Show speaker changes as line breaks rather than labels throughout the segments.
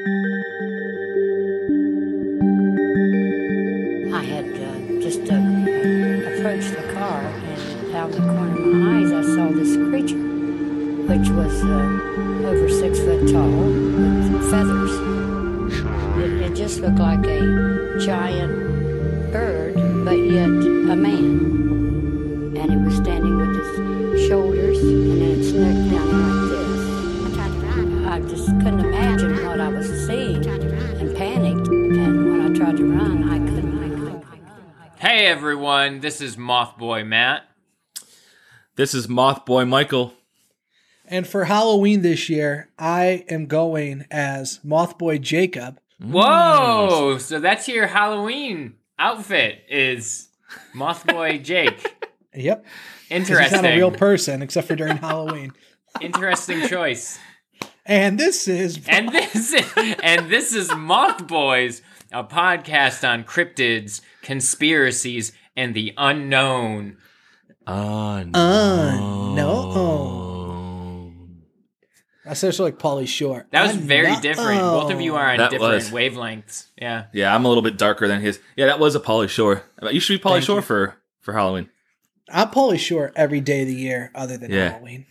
uh, the corner of my eyes, I saw this creature, which was uh, over six foot tall with feathers. It, it just looked like a giant bird, but yet a man. And it was standing with its shoulders and then its neck down like this. I just couldn't imagine what I was seeing and panicked. And when I tried to run, I couldn't. I couldn't.
Hey everyone, this is Mothboy Matt.
This is Mothboy Michael.
And for Halloween this year, I am going as Mothboy Jacob.
Mm.
Whoa! So that's your Halloween outfit is Mothboy Jake.
Yep. 'Cause
Interesting.
He's not a real person except for during Halloween.
Interesting choice.
And this is
And this is, and this is Mothboys, a podcast on cryptids, conspiracies, and the unknown.
Uh,
Oh.
Unknown. I said it's like Polly Short.
That was very
Unknown.
different. Both of you are on
That
different
was.
wavelengths. Yeah.
Yeah, I'm a little bit darker than his. Yeah, that was a Polly Shore. You should be Polly
Thank
Shore
you.
for for Halloween.
I'm Polly Short every day of the year other than
Yeah.
Halloween.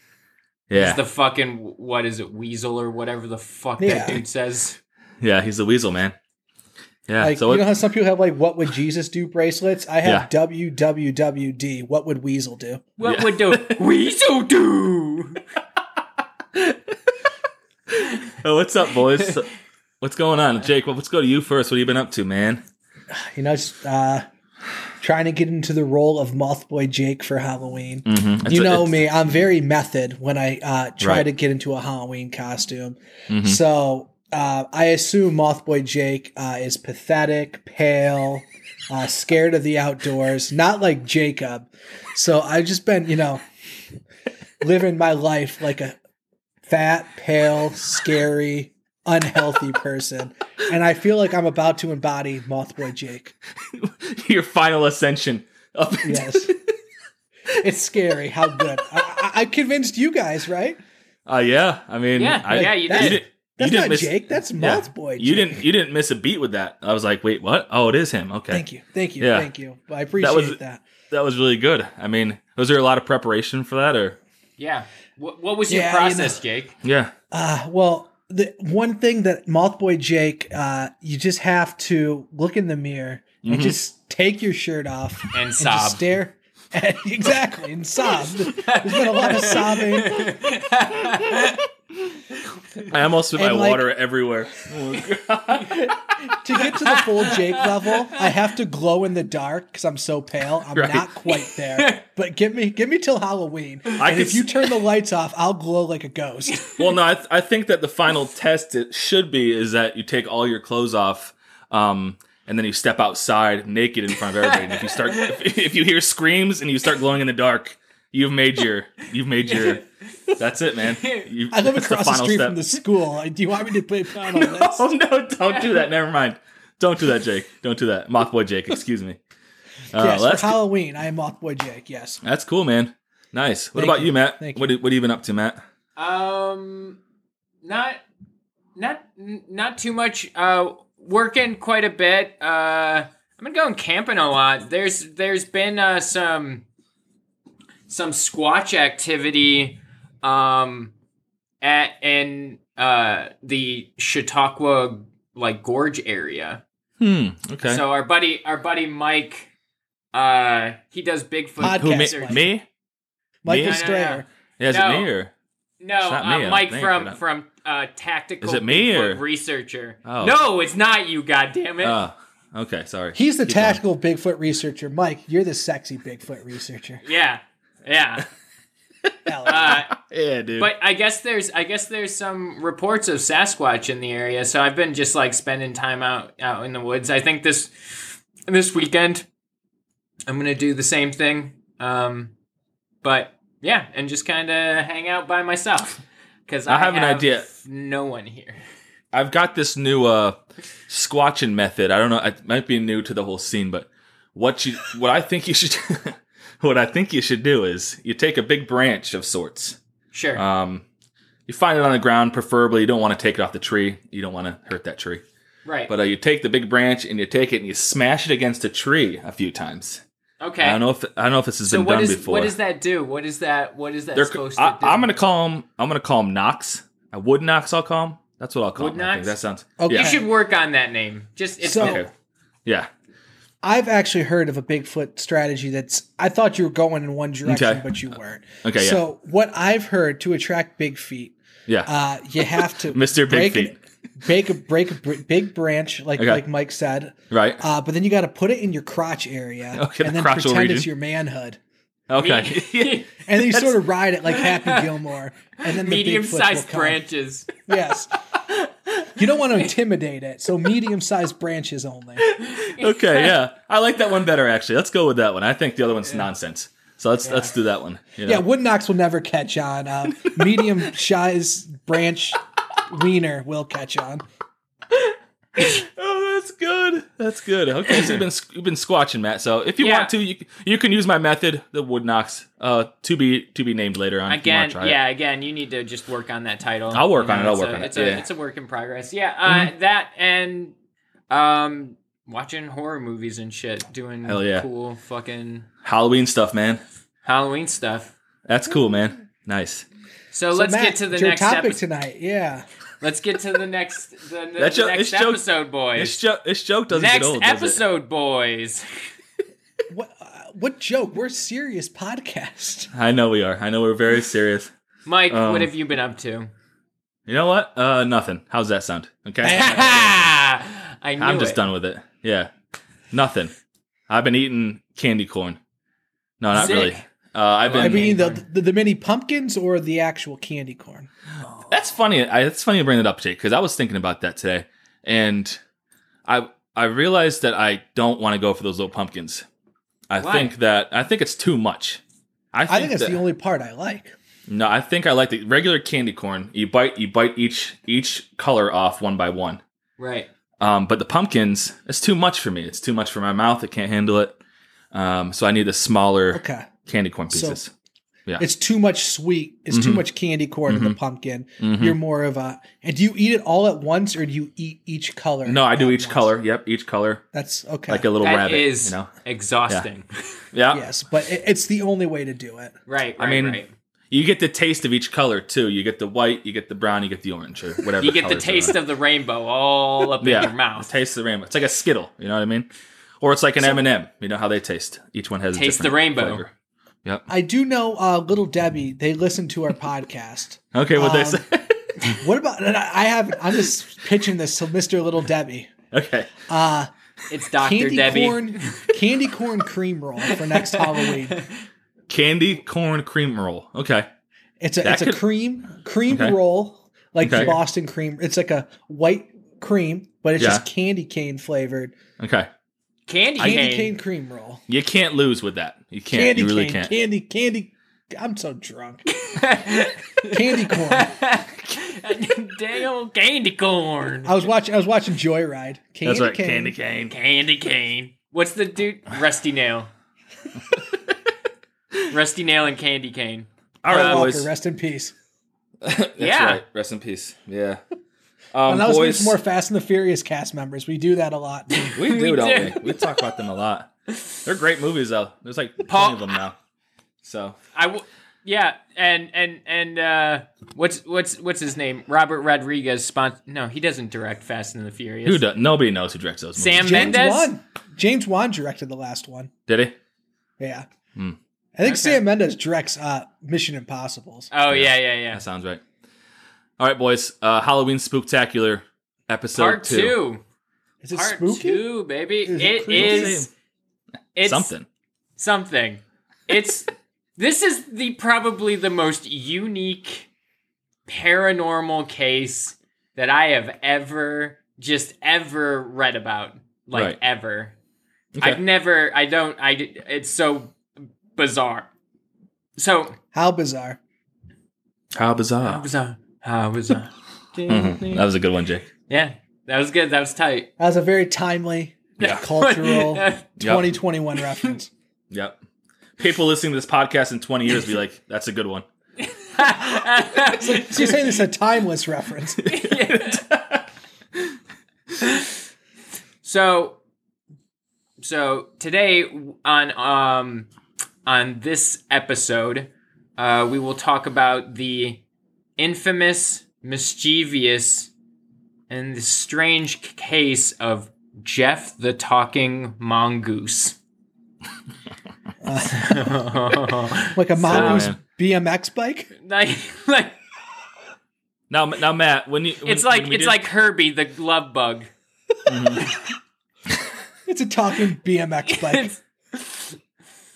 Yeah,
It's the fucking what is it, weasel or whatever the fuck
Yeah.
that dude says.
yeah, he's the weasel man. Yeah,
Like
so
you know
it,
how some people have like what would Jesus do bracelets? I
Yeah.
have WWWD. What would Weasel do?
What
Yeah.
would the weasel do?
oh, what's up, boys? So- what's going on, Jake? Well, let's go to you first. What have you been up to, man?
You know, just uh, trying to get into the role of Mothboy Jake for Halloween.
Mm-hmm.
you know me, I'm very method when I uh, try
Right.
to get into a Halloween costume. So uh, I assume Mothboy Jake uh, is pathetic, pale, uh, scared of the outdoors, not like Jacob. So I've just been, you know, living my life like a fat, pale, scary, unhealthy person. And I feel like I'm about to embody Mothboy Jake.
your final ascension. Up
Yes. It's scary how good. I, I, I convinced you guys, right?
Oh yeah, I mean,
Yeah,
I,
yeah, you
I-
did.
didn't-
That's
didn't
not
miss-
Jake. That's
Yeah.
Mothboy.
You
Jake.
didn't. You didn't miss a beat with that. I was like, wait, what? Oh, it is him. Okay,
Thank you. Thank you.
Yeah.
Thank you. I appreciate
That
that.
was- That was really good. I mean, was there a lot of preparation for that, or
Yeah. What, what was your
Yeah, you know.
process, Jake?
yeah,
Uh, well, the one thing that Mothboy Jake, uh, you just have to look in the mirror
Mm-hmm.
and just take your shirt off
And
just
sob.
stare. At, exactly, and sob. There's been a lot of sobbing.
I almost spit my
And, like-
water everywhere.
To get to the full Jake level, I have to glow in the dark because I'm so pale. I'm
Right.
not quite there. But give me give me till Halloween.
I
and
could
if you
s-
turn the lights off, I'll glow like a ghost.
well, no, I, th- I think that the final test it should be is that you take all your clothes off, um, and then you step outside naked in front of everybody. And if you start, if, if you hear screams and you start glowing in the dark, you've made your, you've made your. That's it, man. You,
I live
that's
across the,
final
street
step.
from the school. Like, do you want me to play down on this?
Oh no! Don't do that. Never mind. Don't do that, Jake. Don't do that, Mothboy Jake. Excuse me. Uh,
yes,
that's,
for Halloween, I am Mothboy Jake. Yes.
that's cool, man. Nice. What
Thank
about you,
you.
Matt?
Thank
What do- what have you been up to, Matt?
Um, not, not, n- not too much. Uh, working quite a bit. Uh, I've been going camping a lot. There's, there's been uh, some, some squatch activity, um, at in uh the Chautauqua like gorge area.
Hmm. Okay.
So our buddy, our buddy Mike, uh, he does Bigfoot.
Podcast
Who ma-
research.
me?
Michael
Me?
Strayer.
Yeah, is
No.
it me or?
No,
It's not me, I
uh,
don't
Mike
think,
from
but-
from uh, tactical.
Is it me,
Bigfoot
or-
researcher?
Oh.
No, it's not you. God damn it!
Oh, okay. Sorry.
He's the
Keep going.
tactical Bigfoot researcher. Mike, you're the sexy Bigfoot researcher.
yeah, yeah.
Hell
Ah.
Uh,
Yeah, dude.
but I guess there's I guess there's some reports of Sasquatch in the area, so I've been just like spending time out out in the woods. I think this this weekend I'm gonna do the same thing. Um, but yeah, and just kind of hang out by myself because I,
I have an idea.
No one here.
I've got this new uh squatching method. I don't know. It might be new to the whole scene, but what you what I think you should what I think you should do is you take a big branch of sorts.
Sure.
Um, you find it on the ground, preferably. You don't want to take it off the tree. You don't want to hurt that tree.
right.
But uh, you take the big branch and you take it and you smash it against a tree a few times.
Okay.
I don't know if I don't know if this has
so
been
what
done
is
before.
what does that do? What is that? What is that
They're-
supposed to
I,
do?
am gonna call him. I'm gonna call him Knox. A wood Knox. I'll call him. That's what I'll call
Wood
him. I
Knox?
think that sounds.
Okay.
You
Yeah.
should work on that name. Just it's
So-
okay.
Okay. Yeah.
I've actually heard of a Bigfoot strategy that's. I thought you were going in one direction,
Okay. Uh,
but you weren't.
Okay, yeah.
So what I've heard to attract big feet,
Yeah.
uh, you have to
Mr. Big
break
Feet.
break a break a br- big branch like
Okay.
like Mike said.
Right.
Uh, but then you got to put it in your crotch area
Okay,
and
the
then
crotchal
pretend it's
region.
your manhood.
okay.
And then you sort of ride it like Happy Gilmore, and then the
Medium
Bigfoot will
sized
come.
branches.
Yes, you don't want to intimidate it, so medium-sized branches only.
okay. Yeah. I like that one better actually. Let's go with that one. I think the other one's nonsense. So let's let's do that one. you know?
Yeah, wood knocks will never catch on. Uh, medium sized branch wiener will catch on.
Oh, that's good. That's good. Okay, so you've been you've been squatching, Matt. So if you
Yeah.
want to, you you can use my method, the wood knocks, uh, to be to be named later on. if you wanna
Again,
try it.
yeah, again, you need to just work on that title.
I'll work
You
on it, I'll
it's
work
a,
on it,
It's a,
yeah. Mm-hmm.
it's a work in progress. Yeah, uh, that and um, watching horror movies and shit, doing
Hell yeah.
cool fucking
Halloween stuff, man.
Halloween stuff.
That's cool, man. Nice.
So,
So,
let's
Matt,
get to the
it's your
next
topic
episode.
tonight. Yeah,
Let's get to the next the, the
That joke-
next
this joke-
episode,
This
boys.
joke, this joke doesn't
Next
get old. Does it?
episode, boys.
what uh, what joke? We're a serious podcast.
I know we are. I know we're very serious.
Mike, what
Um,
have you been up to?
You know what? Uh, nothing. How's that sound? Okay,
I knew
I'm just
it.
done with it. Yeah, nothing. I've been eating candy corn. No, not
Sick.
really. Uh, I've
love
been
I mean, the,
corn.
the the mini pumpkins or the actual candy corn.
That's funny. I, that's funny to bring that up, Jake, because I was thinking about that today, and I I realized that I don't want to go for those little pumpkins. I
Why?
think that I think it's too much. I think,
I think that's
that-
the only part I like.
No, I think I like the regular candy corn. You bite you bite each each color off one by one.
Right.
Um, but the pumpkins, it's too much for me. It's too much for my mouth. I can't handle it. Um, so I need the smaller
Okay,
candy corn
So-
pieces.
it's too much sweet. It's
Mm-hmm.
too much candy corn in the pumpkin. You're more of a. And do you eat it all at once, or do you eat each color?
no, I do
at
each
once?
color. Yep, each color,
That's okay.
like a little
That is
rabbit. you know,
exhausting.
yeah.
yes, but it, it's the only way to do it.
right, right.
I mean,
right.
you get the taste of each color too. You get the white, you get the brown, you get the orange, or whatever.
you get the
colors are.
taste of the rainbow all up
yeah,
in your mouth.
Taste of the rainbow. It's like a Skittle. You know what I mean? Or it's like an M and m You know how they taste. Each one has a
Taste the
different
rainbow.
flavor.
I do know uh, Little Debbie. They listen to our podcast.
Okay, what
Um,
they say?
What about? And I I have. I'm just pitching this to Mr. Little Debbie.
okay,
Uh,
It's Dr.
candy
Debbie.
corn, candy corn cream roll for next Halloween.
candy corn cream roll. Okay,
It's a
That
it's
could-
a cream cream
Okay.
roll like
Okay.
Boston cream. It's like a white cream, but it's
Yeah.
just candy cane flavored.
okay.
Candy
Candy
cane.
cane cream roll.
You can't lose with that. You can't.
Candy
you really
cane.
can't.
Candy candy. I'm so drunk. candy corn.
Dang old candy corn.
I was watching. I was watching Joyride. Candy
That's right.
cane.
Candy cane.
Candy cane. What's the dude? Rusty Nail. Rusty Nail and Candy Cane.
All right,
Walker,
boys.
rest in peace.
That's
Yeah.
right. Rest in peace. Yeah. Um,
And that was me
boys,
for more Fast and the Furious cast members. We do that a lot. too.
we do, don't
do.
we? We talk about them a lot. They're great movies, though. There's like
Paul-
20 of them now. So
I w- yeah, and and and uh, what's what's what's his name? Robert Rodriguez. Spon- no, he doesn't direct Fast and the Furious.
Who does? Nobody knows who directs those
Sam
movies.
James
Mendes.
Wan. James Wan directed the last one.
Did he?
Yeah.
Hmm.
I think Sam Mendes directs uh, Mission Impossibles.
Oh yeah, yeah, yeah.
That sounds right. All right, boys. Uh, Halloween Spooktacular episode
Part
two.
two.
Is it
Part
spooky?
two, baby.
Is it
it
creepy?
is. It's
Something.
Something. It's. this is the probably the most unique paranormal case that I have ever just ever read about. Like
Right.
ever.
Okay.
I've never. I don't. I. It's so bizarre. So
How bizarre.
How bizarre.
bizarre. How bizarre.
Mhm. That was a good one, Jake.
yeah, that was good. That was tight.
That was a very timely
Yeah.
cultural
Yep.
2021 reference.
Yep. People listening to this podcast in 20 years be like, that's a good one.
So you're saying this is a timeless reference.
So so today on um on this episode, uh, we will talk about the infamous, mischievous, and the strange c- case of Jeff the Talking Mongoose.
like a mongoose
man.
BMX bike.
like, like
Now, now, Matt, when you when-
it's like
when we
it's
did-
like Herbie the Love Bug.
It's a talking BMX bike.
It's-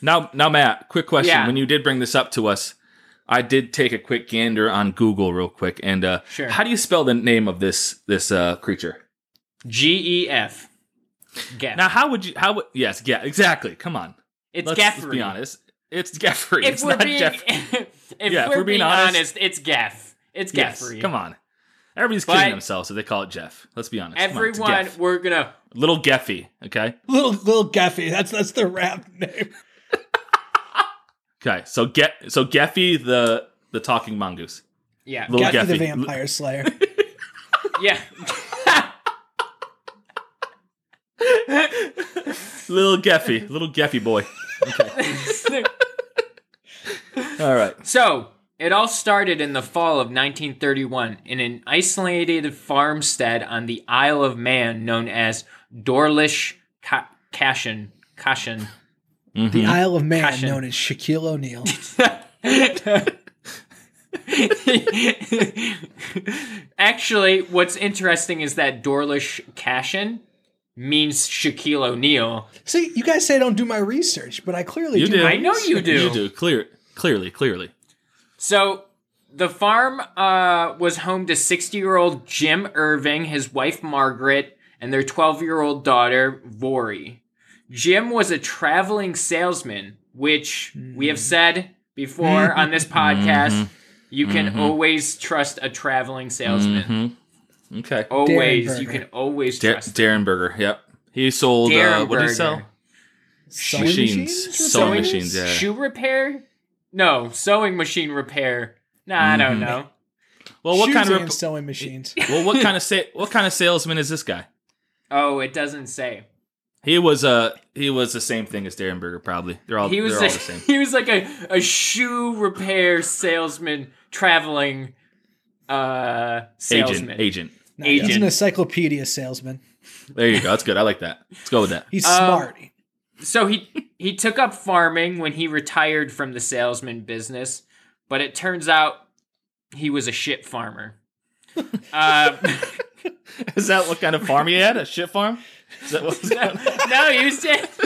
now, now, Matt. Quick question:
Yeah.
When you did bring this up to us, I did take a quick gander on Google real quick, and uh,
Sure.
how do you spell the name of this this uh, creature?
G E F. Gef.
Now, how would you? How would? Yes, yeah, exactly. Come on,
it's
let's,
Geoffrey.
let's be honest. It's Geoffrey.
If
it's
we're
not
being
Jeff.
if,
Yeah, if
we're, being honest, it's Geff. It's
Yes,
Geoffrey.
come on. Everybody's kidding
But-
themselves if they call it Jeff. Let's be honest. Come on, it's
Everyone,
Geff.
we're gonna
little Geffy. Okay.
little little Geffy. That's that's the rap name.
Okay. So get so Geffy the the talking mongoose.
yeah
Little
Geffy the
Geffy. Mm-hmm.
Vampire Slayer.
yeah.
Little Geffy. little Geffy boy. All right.
so it all started in the fall of 1931 in an isolated farmstead on the Isle of Man known as Dorlish Ca- Cashin. Cashin.
The Isle of Man,
Passion.
known as Shaquille O'Neal.
Actually, what's interesting is that Dorlish Cashin means Shaquille O'Neal.
See, you guys say I don't do my research, but I clearly
You
do.
do.
my
I know you
research.
do.
You do clear clearly clearly.
So the farm uh, was home to 60 year old Jim Irving, his wife Margaret, and their 12 year old daughter Vori. Jim was a traveling salesman, which we have said before on this podcast. You can always trust a traveling salesman.
Mm-hmm. Okay.
Mm-hmm. Always,
Darren
you can
Berger.
always
Dar-
trust.
Darren Berger. Yep. He sold. Uh,
Darren
what did he
Berger.
sell?
Sewing
Machines.
machines?
Sewing
Repairs?
machines, yeah.
Shoe repair? No, sewing machine repair. Nah, I don't know.
Well, what
Shoes
kind of
and
rep-
sewing machines?
well, what kind of sa- what kind of salesman is this guy?
Oh, it doesn't say.
He was uh he was the same thing as Darren Berger probably. They're all
He was
they're
a,
all the same.
he was like a, a shoe repair salesman traveling uh
Agent,
salesman.
agent.
No, he's
Agent.
an encyclopedia salesman.
There you go. That's good. I like that. Let's go with that.
He's
Um,
smart.
So he he took up farming when he retired from the salesman business, but it turns out he was a shit farmer. uh,
Is that what kind of farm he had? A shit farm? Is that what was going on?
no, he was just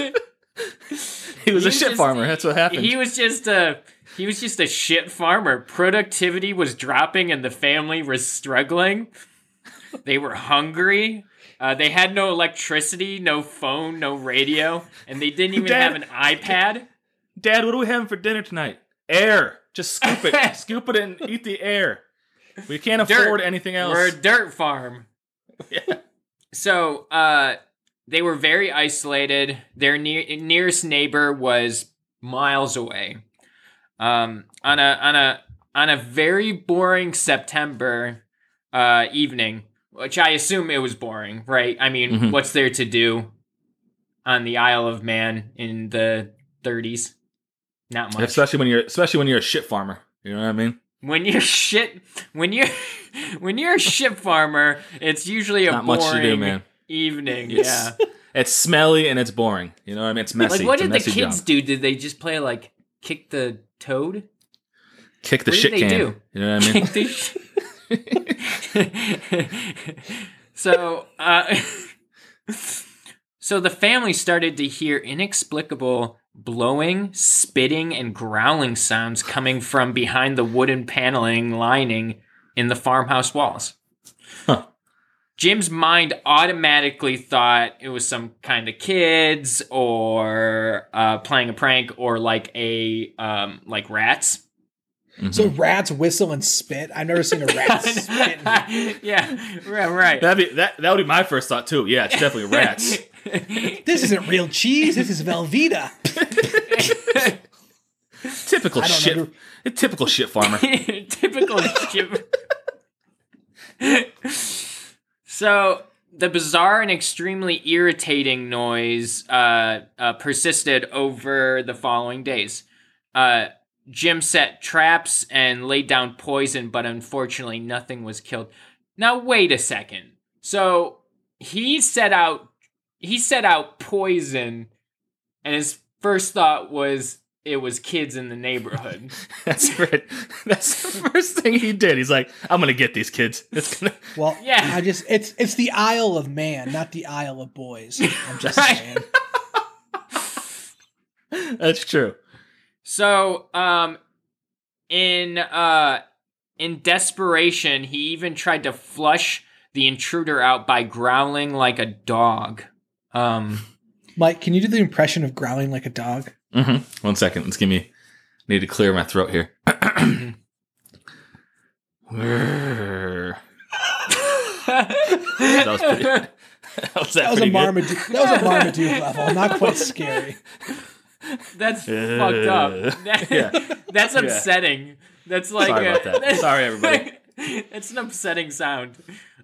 He was
He
a shit
just-
farmer. That's what happened.
he was just a he was just a shit farmer. Productivity was dropping, and the family was struggling. They were hungry. Uh, they had no electricity, no phone, no radio, and they didn't even
Dad-
have an iPad.
Dad, what are we having for dinner tonight? Air. Just scoop it. scoop it and eat the air. We can't
Dirt.
afford anything else.
We're a dirt farm. So uh, they were very isolated. Their ne- nearest neighbor was miles away. Um, on a on a on a very boring September uh, evening, which I assume it was boring, right? I mean,
Mhm.
what's there to do on the Isle of Man in the 30s? Not much
Especially when you're especially when you're a shit farmer. You know what I mean?
when you're shit when you're when you're a ship farmer it's usually a
Not much
boring
to do, man.
evening
Yes.
yeah
It's smelly and it's boring. You know what I mean? It's messy.
like what
It's a
did the
messy
kids
job.
do did they just play like kick the toad
Kick the
what did
shit
they
can.
do?
You know what I mean?
Kick the sh- so uh so the family started to hear inexplicable blowing spitting and growling sounds coming from behind the wooden paneling lining in the farmhouse walls Jim's mind automatically thought it was some kind of kids or uh, playing a prank or like a um, like rats.
So rats whistle and spit. I've never seen a rat spit.
yeah, right, right.
That'd be that that would be my first thought too. Yeah, it's definitely rats.
This isn't real cheese. This is Velveeta.
typical
I don't
shit
under-
a typical shit farmer.
Typical Jim. so the bizarre and extremely irritating noise uh, uh, persisted over the following days. Uh, Jim set traps and laid down poison, but unfortunately, nothing was killed. Now, wait a second. So he set out he set out poison, and his first thought was it was kids in the neighborhood.
That's right. That's the first thing he did. He's like, I'm gonna get these kids. It's gonna
Well,
Yeah.
I just it's it's the Isle of Man, not the Isle of Boys. I'm just
Right.
saying.
That's true.
So, um, in uh, in desperation, he even tried to flush the intruder out by growling like a dog. Um,
Mike, can you do the impression of growling like a dog?
hmm One second. Let's give me. Need to clear my throat here. that was pretty. That was, that
That was a
pretty good?
Marmaduke. That was a Marmaduke level. Not quite scary.
that's
Uh,
fucked up. That-
yeah.
that's upsetting. That's like
Sorry about that. Sorry, everybody.
That's an upsetting sound.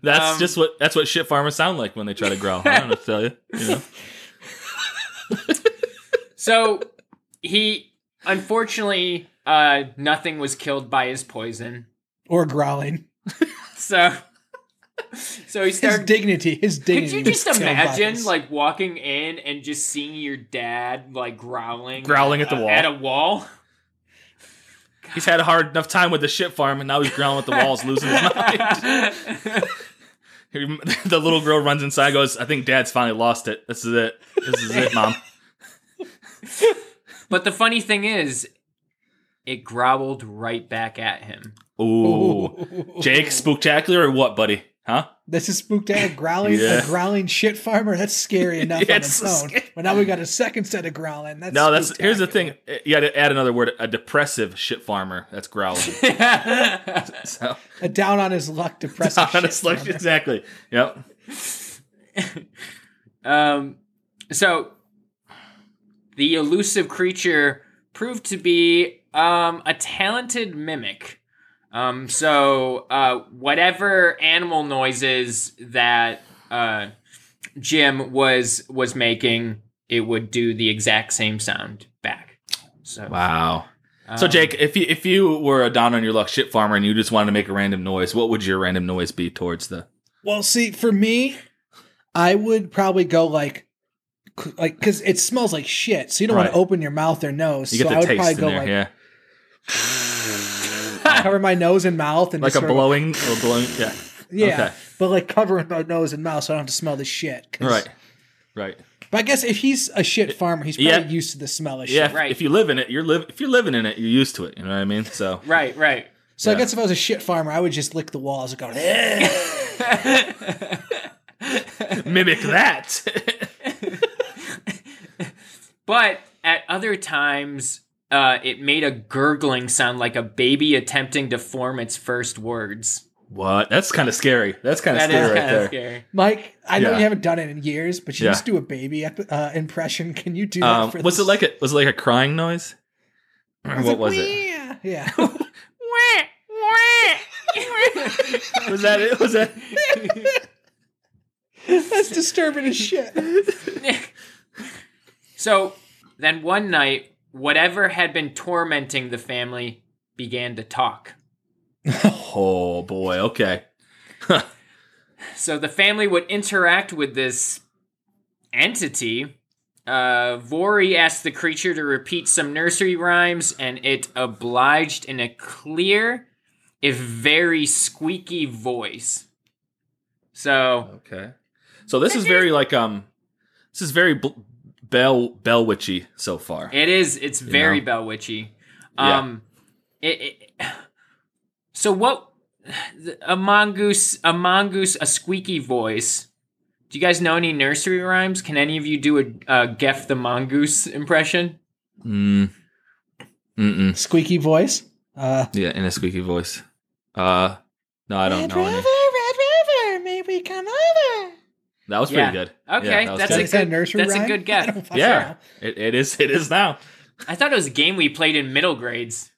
That's
Um,
just what that's what shit farmers sound like when they try to growl. I don't know to tell you. you know?
So he unfortunately uh nothing was killed by his poison.
Or growling.
So so he
His
started
dignity. His dignity.
Could you just
was killed by
imagine
this.
like walking in and just seeing your dad like growling
Growling at the
uh,
wall.
at a wall?
He's had a hard enough time with the shit farm, and now he's growling at the walls, losing his mind. the little girl runs inside, goes, "I think Dad's finally lost it. This is it. This is it, Mom."
but the funny thing is it growled right back at him.
Ooh,
Ooh.
Jake, spooktacular or what, buddy? Huh?
This is spooked out. Growling,
Yeah.
a growling shit farmer. That's scary enough
Yeah,
on
it's
its
so
own.
scary.
But now we got a second set of growling. That's
No, that's here's the
spooktacular.
thing. You got to add another word: a depressive shit farmer. That's growling. so,
A down on his luck, depressing. shit
honestly,
farmer.
exactly. Yep.
Um, so the elusive creature proved to be um, a talented mimic. Um, so uh, whatever animal noises that uh, Jim was was making, it would do the exact same sound back. So
Wow. So
um,
Jake, if you if you were a down on your luck shit farmer and you just wanted to make a random noise, what would your random noise be towards the?
Well, see, for me, I would probably go like, c- like, because it smells like shit, so you don't want
Right.
to open your mouth or nose.
You
so
get
I
the
would
taste
probably
in
go
there,
like
yeah,
cover my nose and mouth and
like a
just sort of-
blowing, a blowing, yeah,
yeah,
okay.
but like covering my nose and mouth so I don't have to smell the shit. 'cause-
right, right,
But I guess if he's a shit farmer, he's probably
Yeah.
used to the smell of shit.
yeah. if-
Right.
If you live in it, you're live. If you're living in it, you're used to it. You know what I mean? So
right, right.
So
Yeah.
I guess if I was a shit farmer, I would just lick the walls and go.
mimic that.
But at other times, uh, it made a gurgling sound like a baby attempting to form its first words.
what? That's kind of scary. That's kind of
That is
scary right
kind of
there.
scary.
Mike, I know
Yeah.
you haven't done it in years, but you
Yeah.
just do a baby ep- uh, impression. Can you do that
Um,
for
was it
this?
like a was it like a crying noise? Or
It's like,
what was it?
"Wah." Yeah.
Was that it? Was that?
That's disturbing as shit.
so then one night, whatever had been tormenting the family began to talk.
Oh boy. Okay.
So the family would interact with this entity. Uh, Vori asked the creature to repeat some nursery rhymes, and it obliged in a clear, if very squeaky voice. So
Okay. So this is very like um, this is very bl- bell bell witchy so far.
it is. It's very
know?
bell witchy.
Yeah.
Um, it, it. So what? A mongoose. A mongoose. A squeaky voice. Do you guys know any nursery rhymes? Can any of you do a uh, Geff the mongoose impression?
Mm. Mm.
Squeaky voice. Uh,
Yeah, in a squeaky voice. Uh, no, I don't
Red
know.
River,
Any.
Red River, may we come over?
That was
Yeah.
pretty good.
Okay,
Yeah, that was
that's
Is
a
that-
good.
is that
good-
a nursery
that's a
rhyme?
good guess.
I don't fucking
yeah.
know.
It, it is. It is now.
I thought it was a game we played in middle grades.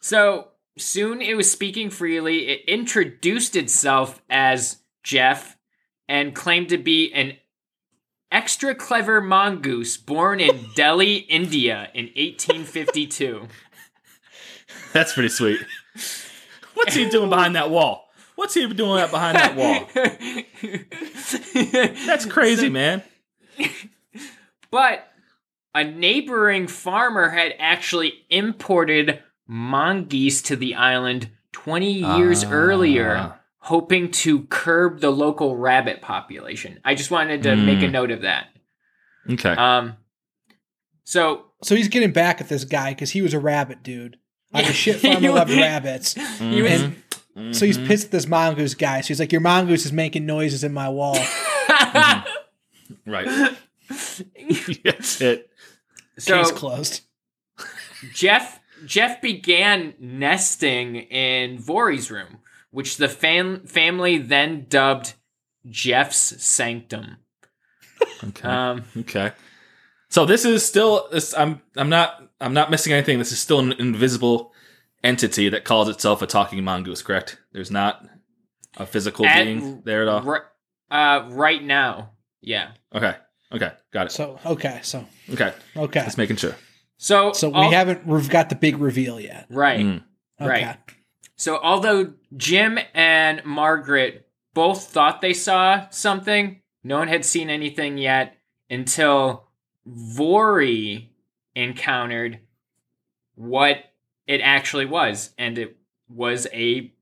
So soon it was speaking freely. It introduced itself as Jeff, and claimed to be an extra clever mongoose born in Delhi, India in 1852.
That's pretty sweet. What's he doing behind that wall? What's he doing up behind that wall? That's crazy, man.
But a neighboring farmer had actually imported mongoose to the island 20 years
Ah.
earlier, hoping to curb the local rabbit population. I just wanted to make a
Mm.
note of that.
Okay.
Um, so
So he's getting back at this guy because he was a rabbit dude. Like a shit
He
farmer loved
was-
rabbits.
he was Mm-hmm.
And
Mm-hmm.
so he's pissed at this mongoose guy. So he's like, Your mongoose is making noises in my wall.
Hmm. right. That's it.
so
Case closed.
Jeff Jeff began nesting in Vori's room, which the fam- family then dubbed Jeff's Sanctum.
Okay.
Um,
Uh, okay. So this is still this. I'm I'm not I'm not missing anything. This is still an invisible entity that calls itself a talking mongoose. Correct? There's not a physical
At-
being there at all.
ri- uh, right now, yeah.
Okay. Okay. Got it.
So okay, so
Okay.
okay.
Just making sure.
So
So we
al-
haven't we've got the big reveal yet.
right.
Mm.
Okay.
Right. So although Jim and Margaret both thought they saw something, no one had seen anything yet until Vori encountered what it actually was, and it was a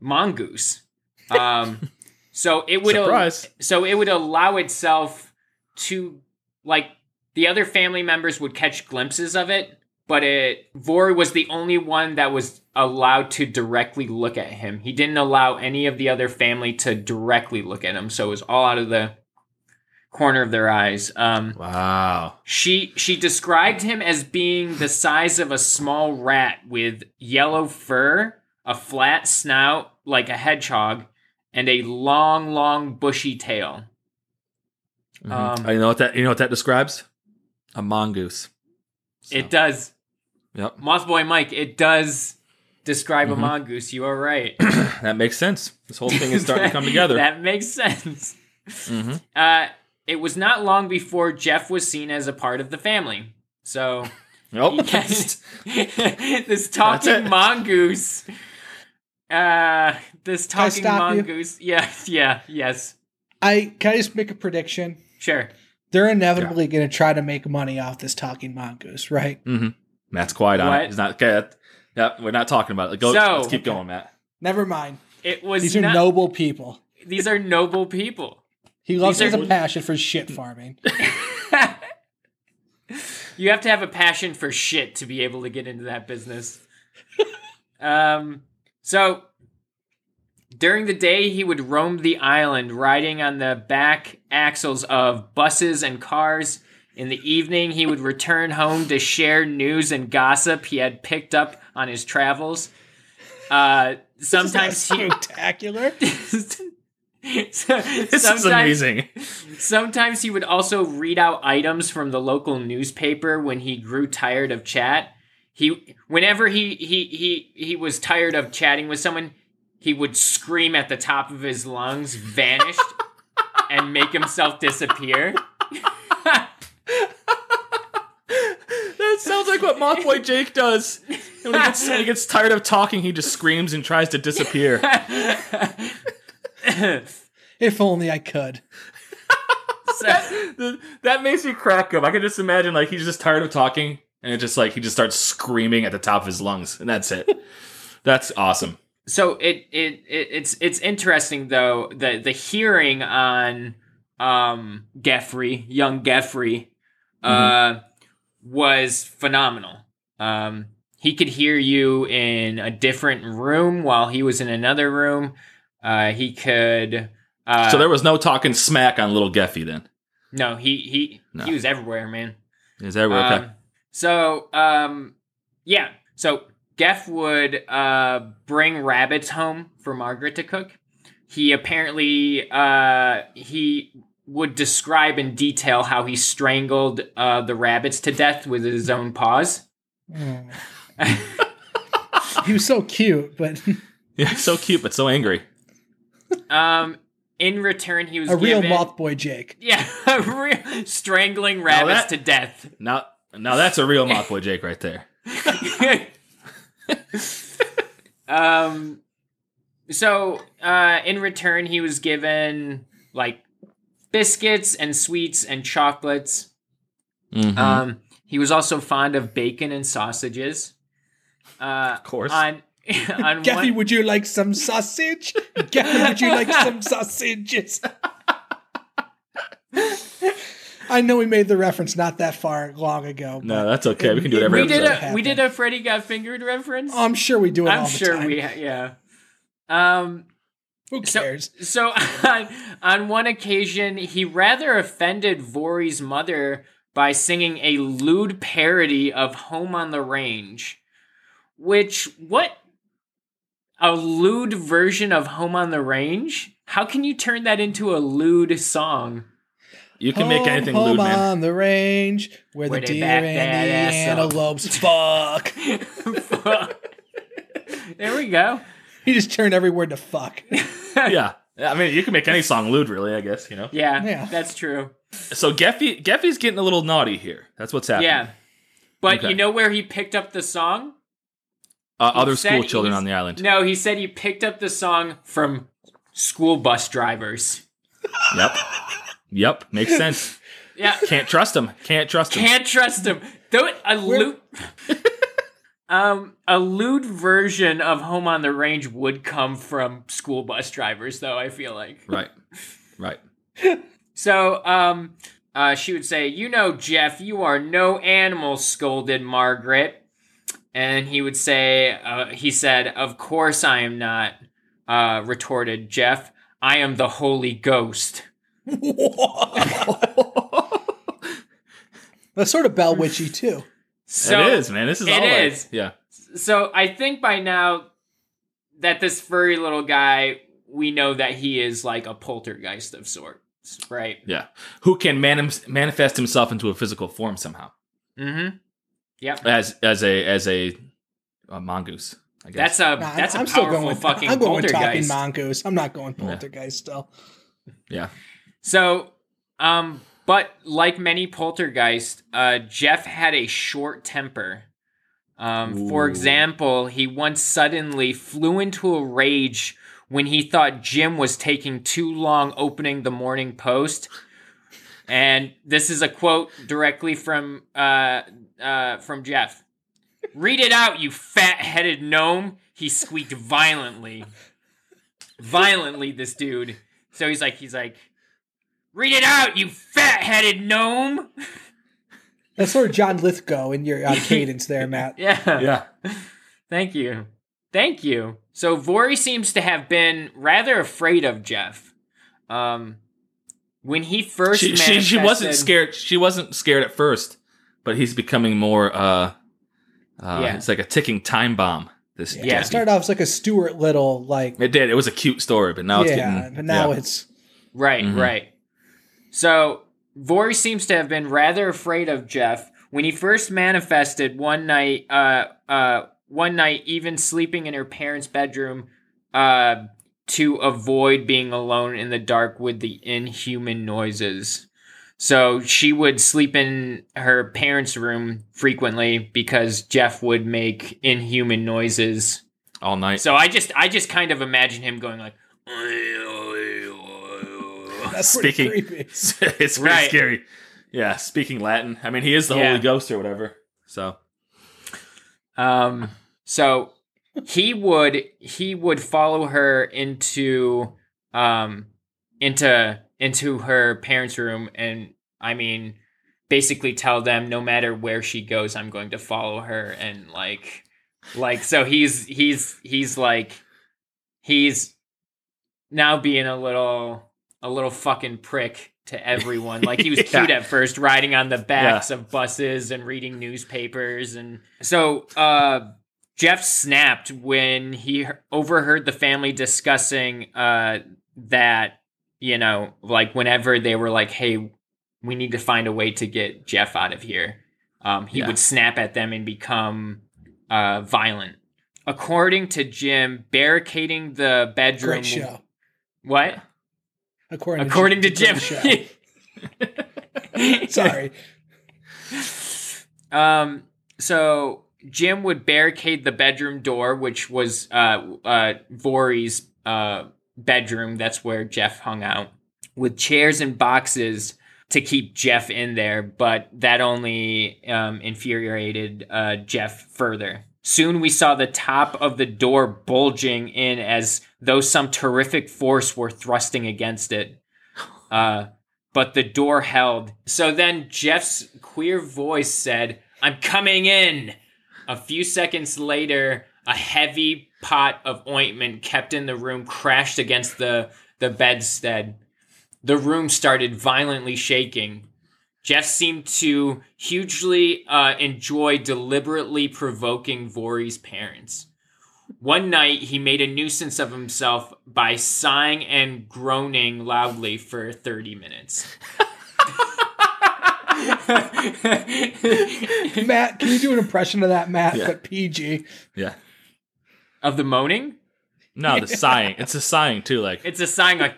mongoose. Um, so it would
Surprise.
so it would allow itself to like the other family members would catch glimpses of it, but it Vor was the only one that was allowed to directly look at him. He didn't allow any of the other family to directly look at him, so it was all out of the corner of their eyes. Um,
Wow.
she she described him as being the size of a small rat with yellow fur, a flat snout like a hedgehog, and a long, long bushy tail. Um,
Uh, you know what that you know what that describes? A mongoose.
It does.
Yep.
Mothboy Mike, it does describe
Mhm.
a mongoose. You are right.
That makes sense. This whole thing is starting to come together.
that makes sense.
hmm
Uh, it was not long before Jeff was seen as a part of the family. So
Nope.
Yes. this talking
it.
mongoose. Uh, this
I
talking
stop you?
mongoose. Yeah, yeah, yes,
I can I just make a prediction?
sure.
They're inevitably gonna try to make money off this talking mongoose, right?
hmm Matt's quiet on
What?
it. He's not. Okay, that, that- we're not talking about it. Go.
So-
let's keep going, Matt.
Never mind.
It was
These are
not-
noble people.
These are noble people.
He loves
These
his
are-
passion for shit farming.
You have to have a passion for shit to be able to get into that business. um, so during the day, he would roam the island, riding on the back axles of buses and cars. In the evening, he would return home to share news and gossip he had picked up on his travels. Uh, sometimes he.
Spectacular.
This is amazing.
Sometimes he would also read out items from the local newspaper when he grew tired of chat. He whenever he he he he was tired of chatting with someone, he would scream at the top of his lungs, vanished, and make himself disappear.
That sounds like what Mothboy Jake does. And when he gets, when he gets tired of talking, he just screams and tries to disappear.
if only I could.
So,
Th- that makes me crack up. I can just imagine like he's just tired of talking, and it just like he just starts screaming at the top of his lungs, and that's it. That's awesome.
so it, it it it's it's interesting though the the hearing on um Geoffrey, young Geoffrey, uh,
Mm-hmm.
was phenomenal. Um, he could hear you in a different room while he was in another room. Uh, he could. Uh,
So there was no talking smack on little Geffy then.
no, he he
No.
he was everywhere, man.
Is that right?
Um, so, um, yeah. So Geff would uh, bring rabbits home for Margaret to cook. He apparently uh, he would describe in detail how he strangled uh, the rabbits to death with his own paws.
Mm. he was so cute, but
Yeah, so cute but so angry.
Um, in return, he was
A real
given-
moth boy Jake.
Yeah, a real strangling rabbits
that-
to death.
Now, now that's a real Mothboy Jake right there.
um, so uh, in return, he was given like biscuits and sweets and chocolates.
Mm-hmm.
Mhm.
Um, he was also fond of bacon and sausages. Uh, of
course.
On on
Gaffy,
one,
would you like some sausage? Gaffy, would you like some sausages? I know we made the reference not that far long ago.
no, that's okay. We can do it every
we
Really
did
episode.
a we did a Freddy got fingered reference.
I'm sure we do it all
I'm
the
sure
time.
we ha- yeah. Um,
Who
So-
cares?
So on, on one occasion, he rather offended Vori's mother by singing a lewd parody of Home on the Range, which what a lewd version of Home on the Range? How can you turn that into a lewd song?
you can make
Home,
anything
home
lewd, man.
on the range where,
Where
the
they
deer
back
and
that
the
ass up.
antelopes fuck.
there we go.
He just turned every word to fuck.
yeah. I mean, you can make any song lewd, really. I guess you know.
Yeah,
Yeah.
that's true.
So Geffy, Geffy's getting a little naughty here. That's what's happening.
Yeah. But
Okay.
you know where he picked up the song?
Uh, other
said
school children
he's-
on the island.
No, he said he picked up the song from school bus drivers.
Yep. Yep. Makes sense.
Yeah,
Can't trust him. Can't trust him.
can't trust him. Though a lewd, um, a lewd version of Home on the Range would come from school bus drivers, though. I feel like
Right. Right.
so. Um, uh, she would say, "You know, Jeff, you are no animal," scolded Margaret, and he would say, uh, "He said, of course I am not," uh, retorted Jeff. I am the Holy Ghost.
That's sort of bell witchy too.
So
it is, man. This is
it
all like-
is.
Yeah.
so I think by now that this furry little guy, we know that he is like a poltergeist of sorts, right?
Yeah. Who can man- manifest himself into a physical form somehow
Mm-hmm. Yep.
as as a as a, a mongoose. I guess.
That's a
Nah,
that's a
I'm still
powerful
going with
fucking
I'm going with talking
poltergeist.
mongoose. I'm not going poltergeist still.
yeah.
so, um, but like many poltergeist, uh, Jeff had a short temper. Um, for
Ooh.
example, he once suddenly flew into a rage when he thought Jim was taking too long opening the Morning Post. And this is a quote directly from uh, uh, from Jeff. Read it out, you fat-headed gnome! He squeaked violently, violently. This dude. So he's like, he's like, read it out, you fat-headed gnome.
That's sort of John Lithgow in your uh, cadence there, Matt.
Yeah.
Yeah.
Thank you. Thank you. So Vori seems to have been rather afraid of Jeff. Um when he first
She, she she wasn't
manifested-
scared. She wasn't scared at first, but he's becoming more. uh uh,
Yeah.
It's like a ticking time bomb. This
Yeah.
Yeah.
It started off as like a Stuart Little, like
It did. It was a cute story, but now it's
yeah,
getting.
but now
yeah.
it's
Right,
Mhm.
right. So Vori seems to have been rather afraid of Jeff when he first manifested one night. Uh, uh, one night, even sleeping in her parents' bedroom, uh, to avoid being alone in the dark with the inhuman noises. So she would sleep in her parents' room frequently because Jeff would make inhuman noises.
all night.
So I just, I just kind of imagine him going like.
that's pretty
Speaking-
creepy.
it's pretty
Right.
scary. Yeah, speaking Latin. I mean, he is the
Yeah.
Holy Ghost or whatever. So
Um, so he would he would follow her into um into into her parents' room, and I mean, basically tell them no matter where she goes, I'm going to follow her, and like, like so he's he's he's like he's now being a little a little fucking prick to everyone like he was
Yeah.
cute at first riding on the backs of buses and reading newspapers and so uh jeff snapped when he he- overheard the family discussing uh that you know like whenever they were like hey we need to find a way to get jeff out of here um he
Yeah.
would snap at them and become uh violent according to jim barricading the bedroom
Great show.
what
according
according to
Jim-
Jim.
Jim Show. Sorry,
Um, so Jim would barricade the bedroom door, which was uh, uh, Vori's uh, bedroom. That's where Jeff hung out with chairs and boxes to keep Jeff in there, but that only um, infuriated uh, Jeff further. Soon we saw the top of the door bulging in as though some terrific force were thrusting against it. Uh, but the door held. So then Jeff's queer voice said, I'm coming in. A few seconds later, a heavy pot of ointment kept in the room crashed against the, the bedstead. The room started violently shaking. Jeff seemed to hugely uh, enjoy deliberately provoking Vori's parents. One night, he made a nuisance of himself by sighing and groaning loudly for 30 minutes.
Matt. Can you do an impression of that, Matt?
Yeah.
But PG.
Yeah.
of the moaning?
No, the sighing. It's a sighing too. Like
It's a sighing like,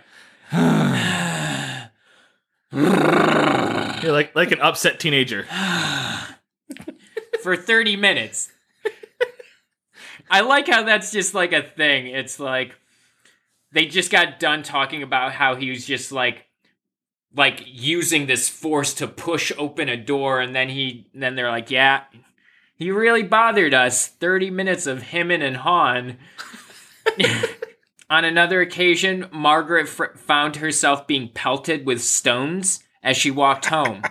you're like like an upset teenager.
for 30 minutes. I like how that's just like a thing. It's like they just got done talking about how he was just like like using this force to push open a door and then he then they're like, "Yeah, he really bothered us. 30 minutes of him and Han." On another occasion, Margaret fr- found herself being pelted with stones as she walked home.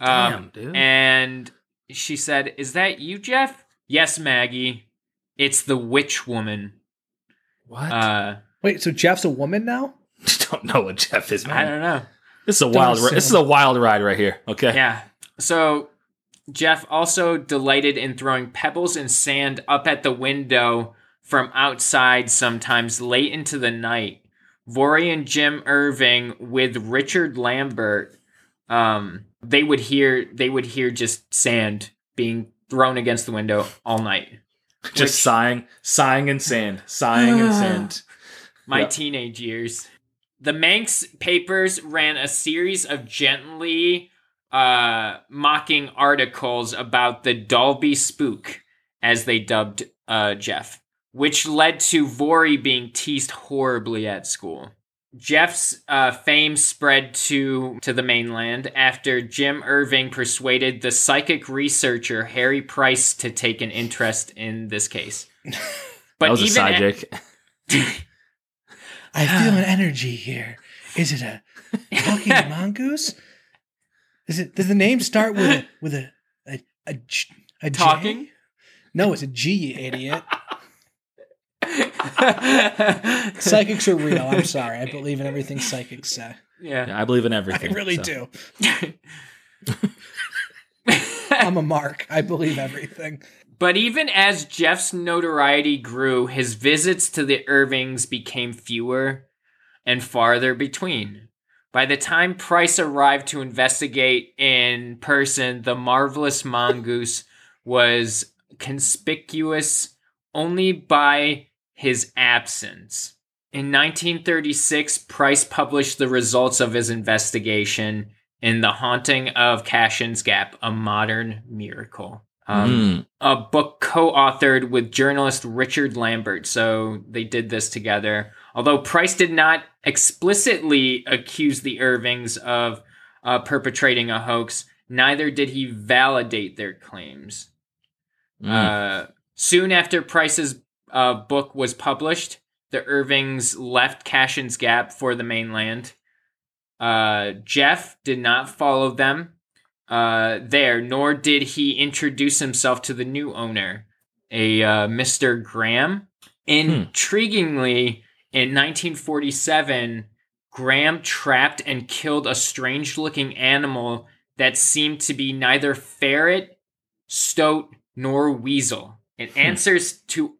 Damn, dude.
And she said, Is that you, Jeff? Yes, Maggie. It's the witch woman.
What?
Uh,
Wait, so Jeff's a woman now?
don't know what Jeff is,
I
man.
don't know.
This is a wild. Ri-
assume.
this is a wild ride right here. Okay.
Yeah. So Jeff also delighted in throwing pebbles and sand up at the window from outside sometimes late into the night. Vori and Jim Irving with Richard Lambert, um, they would hear they would hear just sand being thrown against the window all night.
Just sighing, sighing and sand, sighing and sand.
my
Yeah.
teenage years. The Manx papers ran a series of gently uh, mocking articles about the Dolby spook, as they dubbed uh, Jeff, which led to Vori being teased horribly at school. Jeff's uh, fame spread to to the mainland after Jim Irving persuaded the psychic researcher Harry Price to take an interest in this case. But
that was a side
a-
Jake.
I feel an energy here. Is it a talking mongoose? Is it? Does the name start with a with a a, a, J- a J?
Talking?
No, it's a G, you idiot. Psychics are real. I'm sorry. I believe in everything psychics say.
yeah.
Yeah, I believe in
I
everything.
really
so.
do. I'm a mark. I believe everything.
But even as Jeff's notoriety grew, his visits to the Irvings became fewer and farther between. By the time Price arrived to investigate in person, the marvelous mongoose was conspicuous only by his absence. In 1936, Price published the results of his investigation in The Haunting of Cashin's Gap, a modern miracle. Um,
Mm.
a book co-authored with journalist Richard Lambert. So they did this together. Although Price did not explicitly accuse the Irvings of uh, perpetrating a hoax, neither did he validate their claims.
Mm.
Uh, soon after Price's uh, book was published, the Irvings left Cashin's Gap for the mainland. Uh, Jeff did not follow them uh, there, nor did he introduce himself to the new owner, a uh, Mr. Graham. Intriguingly, in 1947, Graham trapped and killed a strange looking animal that seemed to be neither ferret stoat, nor weasel. It answers to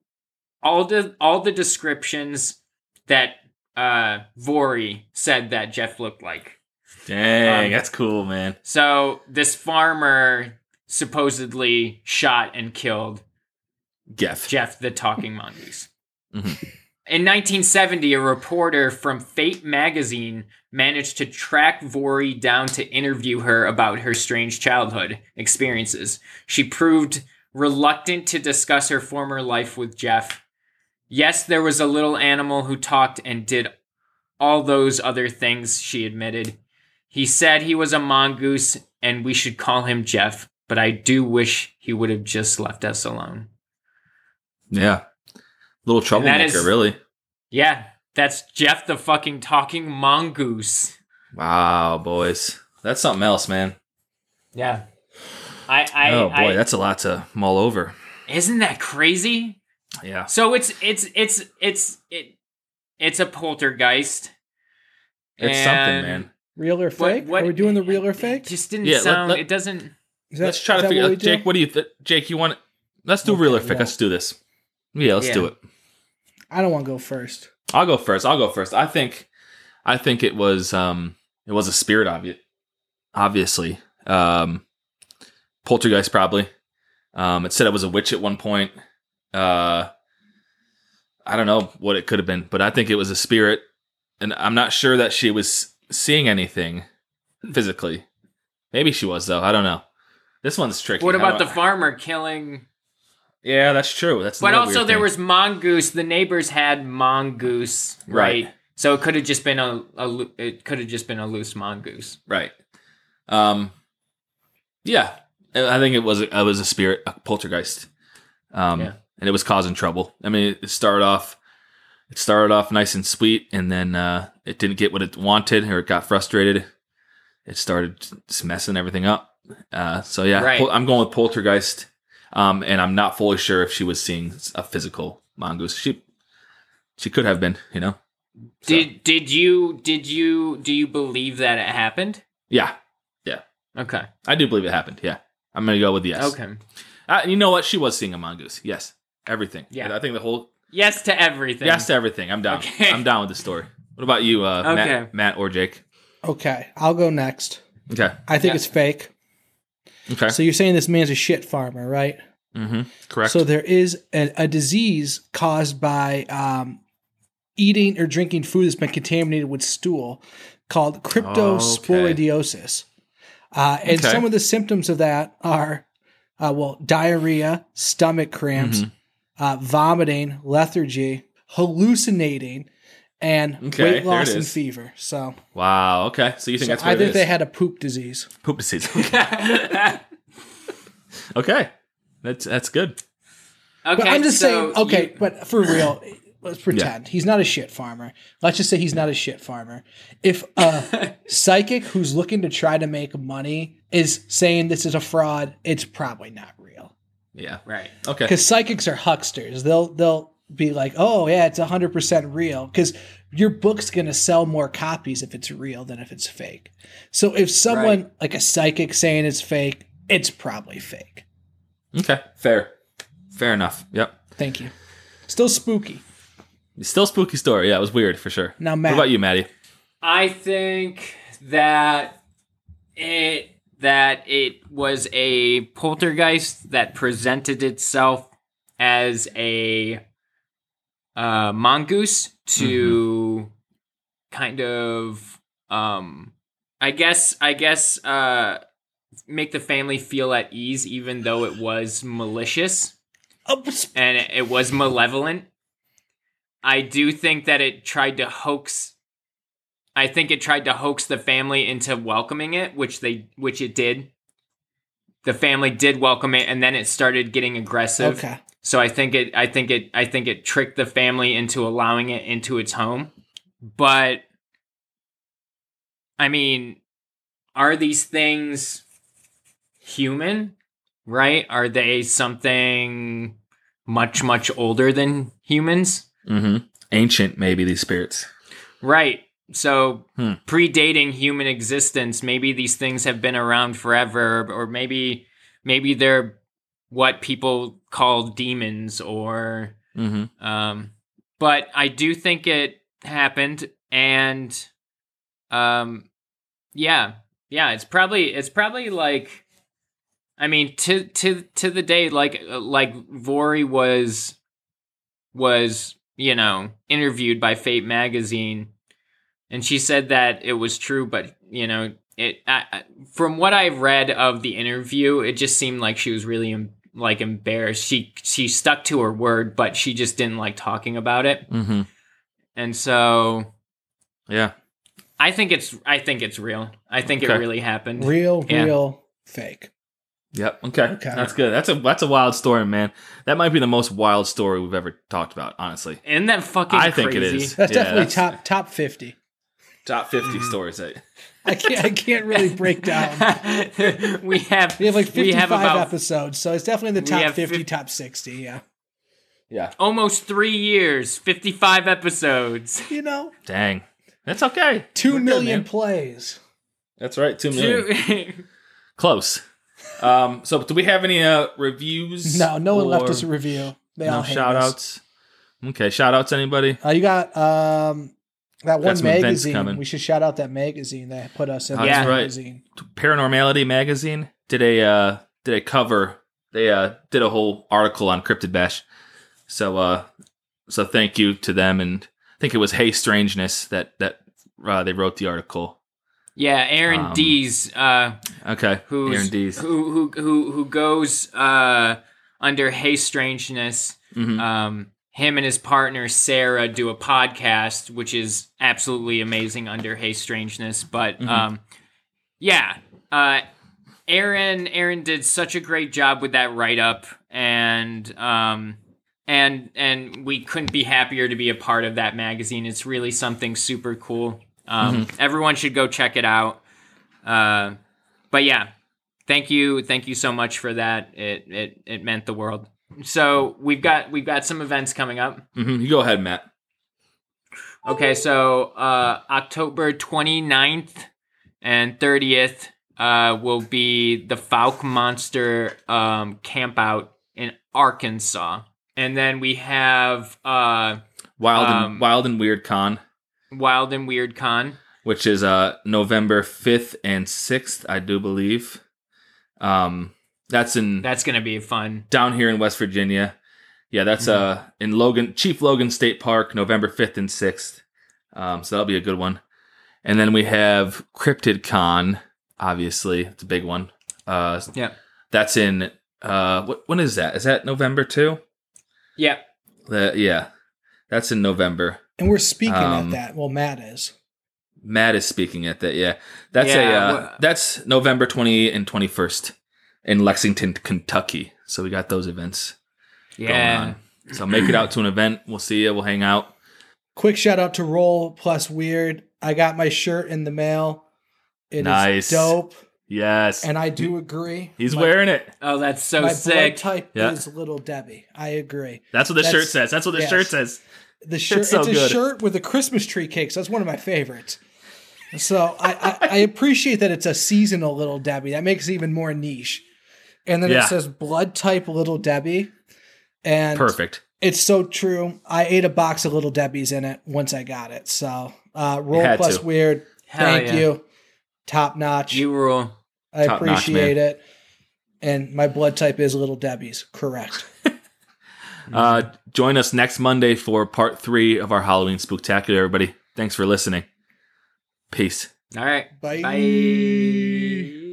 all the all the descriptions that uh Vori said that Jeff looked like.
Dang,
um,
that's cool, man.
So this farmer supposedly shot and killed
Jeff.
Jeff the talking mongoose. In 1970, a reporter from Fate magazine managed to track Vori down to interview her about her strange childhood experiences. She proved reluctant to discuss her former life with Jeff. Yes, there was a little animal who talked and did all those other things, she admitted. He said he was a mongoose and we should call him Jeff, but I do wish he would have just left us alone.
Yeah. Little troublemaker,
is-
really.
Yeah, that's Jeff the fucking talking mongoose.
Wow, boys. That's something else, man.
Yeah. I, I,
oh boy,
I-
that's a lot to mull over.
isn't that crazy?
Yeah.
So it's it's it's it's it, it's a poltergeist.
It's
And-
something, man.
Real or
What-
fake?
what-
Are we doing the real or fake?
It just didn't
Yeah, let-
sound.
let-
it doesn't.
Is that-
Let's try
is
to
that
figure
what we
out
do?
Jake, what do you th- Jake, you want Let's do real or
Okay,
fake.
yeah.
Let's do this. Yeah, let's
Yeah.
do it.
I don't want to go first.
I'll go first. I'll go first. I think I think it was um it was a spirit obvi- obviously. Um poltergeist probably. Um it said it was a witch at one point. Uh I don't know what it could have been, but I think it was a spirit and I'm not sure that she was seeing anything physically. Maybe she was though. I don't know. This one's tricky.
What
How
about
do
the
I-
farmer killing?
Yeah, that's true. That's
But
another
also,
weird
there
thing.
was mongoose. The neighbors had mongoose, right?
Right.
So it could have just been a, a lo- it could have just been a loose mongoose.
Right. Um. Yeah, I I think it was it was a spirit, a poltergeist, um,
Yeah.
and it was causing trouble. I mean, it started off, it started off nice and sweet, and then uh, it didn't get what it wanted, or it got frustrated. It started just messing everything up. Uh, so yeah,
Right.
pol- I'm going with poltergeist, um, and I'm not fully sure if she was seeing a physical mongoose. She, she could have been, you know. So-
Did did you did you do you believe that it happened?
yeah,
Okay.
I do believe it happened. Yeah, I'm gonna go with yes.
Okay.
Uh, you know what? She was seeing a mongoose. Yes, everything.
Yeah.
I think the whole
Yes to everything.
yes to everything. I'm down.
Okay.
I'm down with the story. What about you, uh,
Okay.
Matt, Matt or Jake?
Okay, I'll go next.
Okay.
I think
Yeah.
it's fake.
Okay.
So you're saying this man's a shit farmer, right?
mm-hmm. Correct.
So there is a, a disease caused by um, eating or drinking food that's been contaminated with stool called cryptosporidiosis. Uh, and
Okay.
some of the symptoms of that are, uh, well, diarrhea, stomach cramps,
Mhm.
uh, vomiting, lethargy, hallucinating, and
Okay, there
weight
it
loss and
is.
fever. So,
Wow. Okay. So you think
so
that's what
I
it
think
is?
they had a poop disease.
poop disease. okay. That's that's good.
Okay,
But I'm just
so
saying, okay,
you-
but for real, let's pretend he's not a shit farmer. Let's just say he's not a shit farmer. If a psychic who's looking to try to make money is saying this is a fraud, it's probably not real.
Yeah.
right.
Okay.
Because psychics are hucksters. They'll they'll be like, oh yeah, it's hundred percent real. Because your book's gonna sell more copies if it's real than if it's fake. So if someone like a psychic saying it's fake, it's probably fake.
Okay. Fair. Fair enough. Yep.
Thank you. Still spooky.
Still spooky story. Yeah, it was weird for sure.
Now, Matt.
What about you, Maddie?
I think that it that it was a poltergeist that presented itself as a uh, mongoose
Mm-hmm.
to kind of um I guess I guess uh make the family feel at ease even though it was malicious
Oh, sp-
and it, it was malevolent. I do think that it tried to hoax. I think it tried to hoax the family into welcoming it, which they which it did. The family did welcome it, and then it started getting aggressive.
okay.
So I think it I think it I think it tricked the family into allowing it into its home. But I mean, are these things human? Right? Are they something much much older than humans?
Mm-hmm. Ancient, maybe these spirits.
Right. So
Hmm.
predating human existence, maybe these things have been around forever, or maybe maybe they're what people call demons or
Mm-hmm.
um, but I do think it happened, and um, yeah, yeah, it's probably it's probably like, I mean, to uh, to to the day, like like Vori was was you know, interviewed by Fate magazine, and she said that it was true, but you know, it I, I- from what I've read of the interview, it just seemed like she was really em- like embarrassed. She she stuck to her word, but she just didn't like talking about it,
Mm-hmm.
and so
Yeah.
I think it's I think it's real. I think
Okay.
it really happened.
Real,
Yeah.
real, fake.
Yep. Okay.
Okay.
That's good. That's a that's a wild story, man. That might be the most wild story we've ever talked about, honestly.
Isn't that fucking?
I think it
crazy?
is.
That's
Yeah,
definitely
that's
top top fifty.
top 50
Mm-hmm.
stories. That,
I can't I can't really break down.
we have
We have like
we
fifty
have
five
about
episodes, so it's definitely in the
We
top
have
fifty,
fif-
top sixty. Yeah,
yeah.
almost three years, fifty five episodes.
you know,
Dang. That's okay.
two million
man.
plays.
That's right. 2 million.
Two-
Close. Um, so do we have any uh, reviews?
No, no one left
or-
us a review. They
No
all hate
shout
us.
outs. Okay. Shout outs, anybody?
Uh, you got um that one
Got some events
magazine.
coming.
We should shout out that magazine that put us in.
Oh,
that
that's
right.
magazine.
Paranormality magazine did a uh, did a cover. They uh, did a whole article on Cryptid Bash. So uh, so thank you to them, and I think it was Hey Strangeness that that uh, they wrote the article.
yeah, Aaron
Um,
Dees, uh,
Okay,
who's
Aaron Dees.
who who who who goes uh, under Hey Strangeness.
Mhm.
Um, him and his partner Sarah do a podcast, which is absolutely amazing under Hey Strangeness. But um, yeah, uh, Aaron Aaron did such a great job with that write up, and um, and and we couldn't be happier to be a part of that magazine. It's really something super cool. Um, Everyone should go check it out. Uh, but yeah, thank you, thank you so much for that. It it it meant the world. So we've got we've got some events coming up.
Mhm. You go ahead, Matt.
Okay, so uh, October 29th and 30th uh, will be the Falk Monster um, camp out in Arkansas. And then we have uh,
Wild
Um,
and Wild and Weird Con,
Wild and Weird Con.
which is uh November fifth and sixth, I do believe. Um, that's in
That's going to be fun.
down here in West Virginia. Yeah, that's uh in Logan Chief Logan State Park, November fifth and sixth. Um, so that'll be a good one. And then we have Cryptid Con, obviously it's a big one. Uh,
Yep.
that's in uh, what when is that? Is that November too?
Yep.
The, yeah, that's in November.
And we're speaking
Um,
at that. Well, Matt is.
Matt is speaking at that. Yeah, that's
Yeah,
a uh,
wha-
that's November twenty and twenty first in Lexington, Kentucky. So we got those events.
Yeah.
on. So make it out to an event. We'll see you. We'll hang out.
Quick shout out to Roll Plus Weird. I got my shirt in the mail. It is
Nice.
dope,
Yes.
and I do agree.
He's
My-
wearing it.
Oh, that's so
my blood
sick.
type
Yeah.
is Little Debbie. I agree.
That's what the
That's-
shirt says. That's what the
yes.
shirt says.
The shirt. It's,
so
a
good.
shirt with a Christmas tree cake. So that's one of my favorites. So I, I, I appreciate that it's a seasonal Little Debbie. That makes it even more niche. And then
Yeah.
it says blood type Little Debbie, and
Perfect.
It's so true. I ate a box of Little Debbie's in it once I got it. So uh, roll
had
plus
to.
weird.
Hell
Thank
yeah.
you. Top notch.
You rule.
I
Top notch,
appreciate it. And my blood type is Little Debbie's. Correct.
Uh, join us next Monday for part three of our Halloween spooktacular. Everybody, thanks for listening. Peace.
All right.
Bye.
Bye.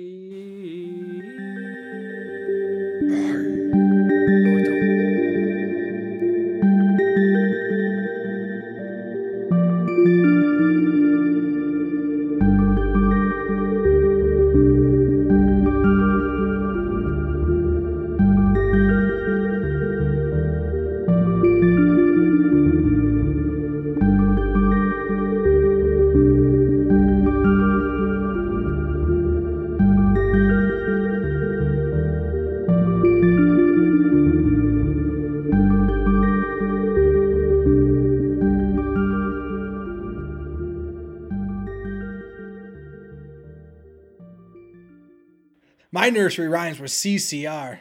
My nursery rhymes with CCR.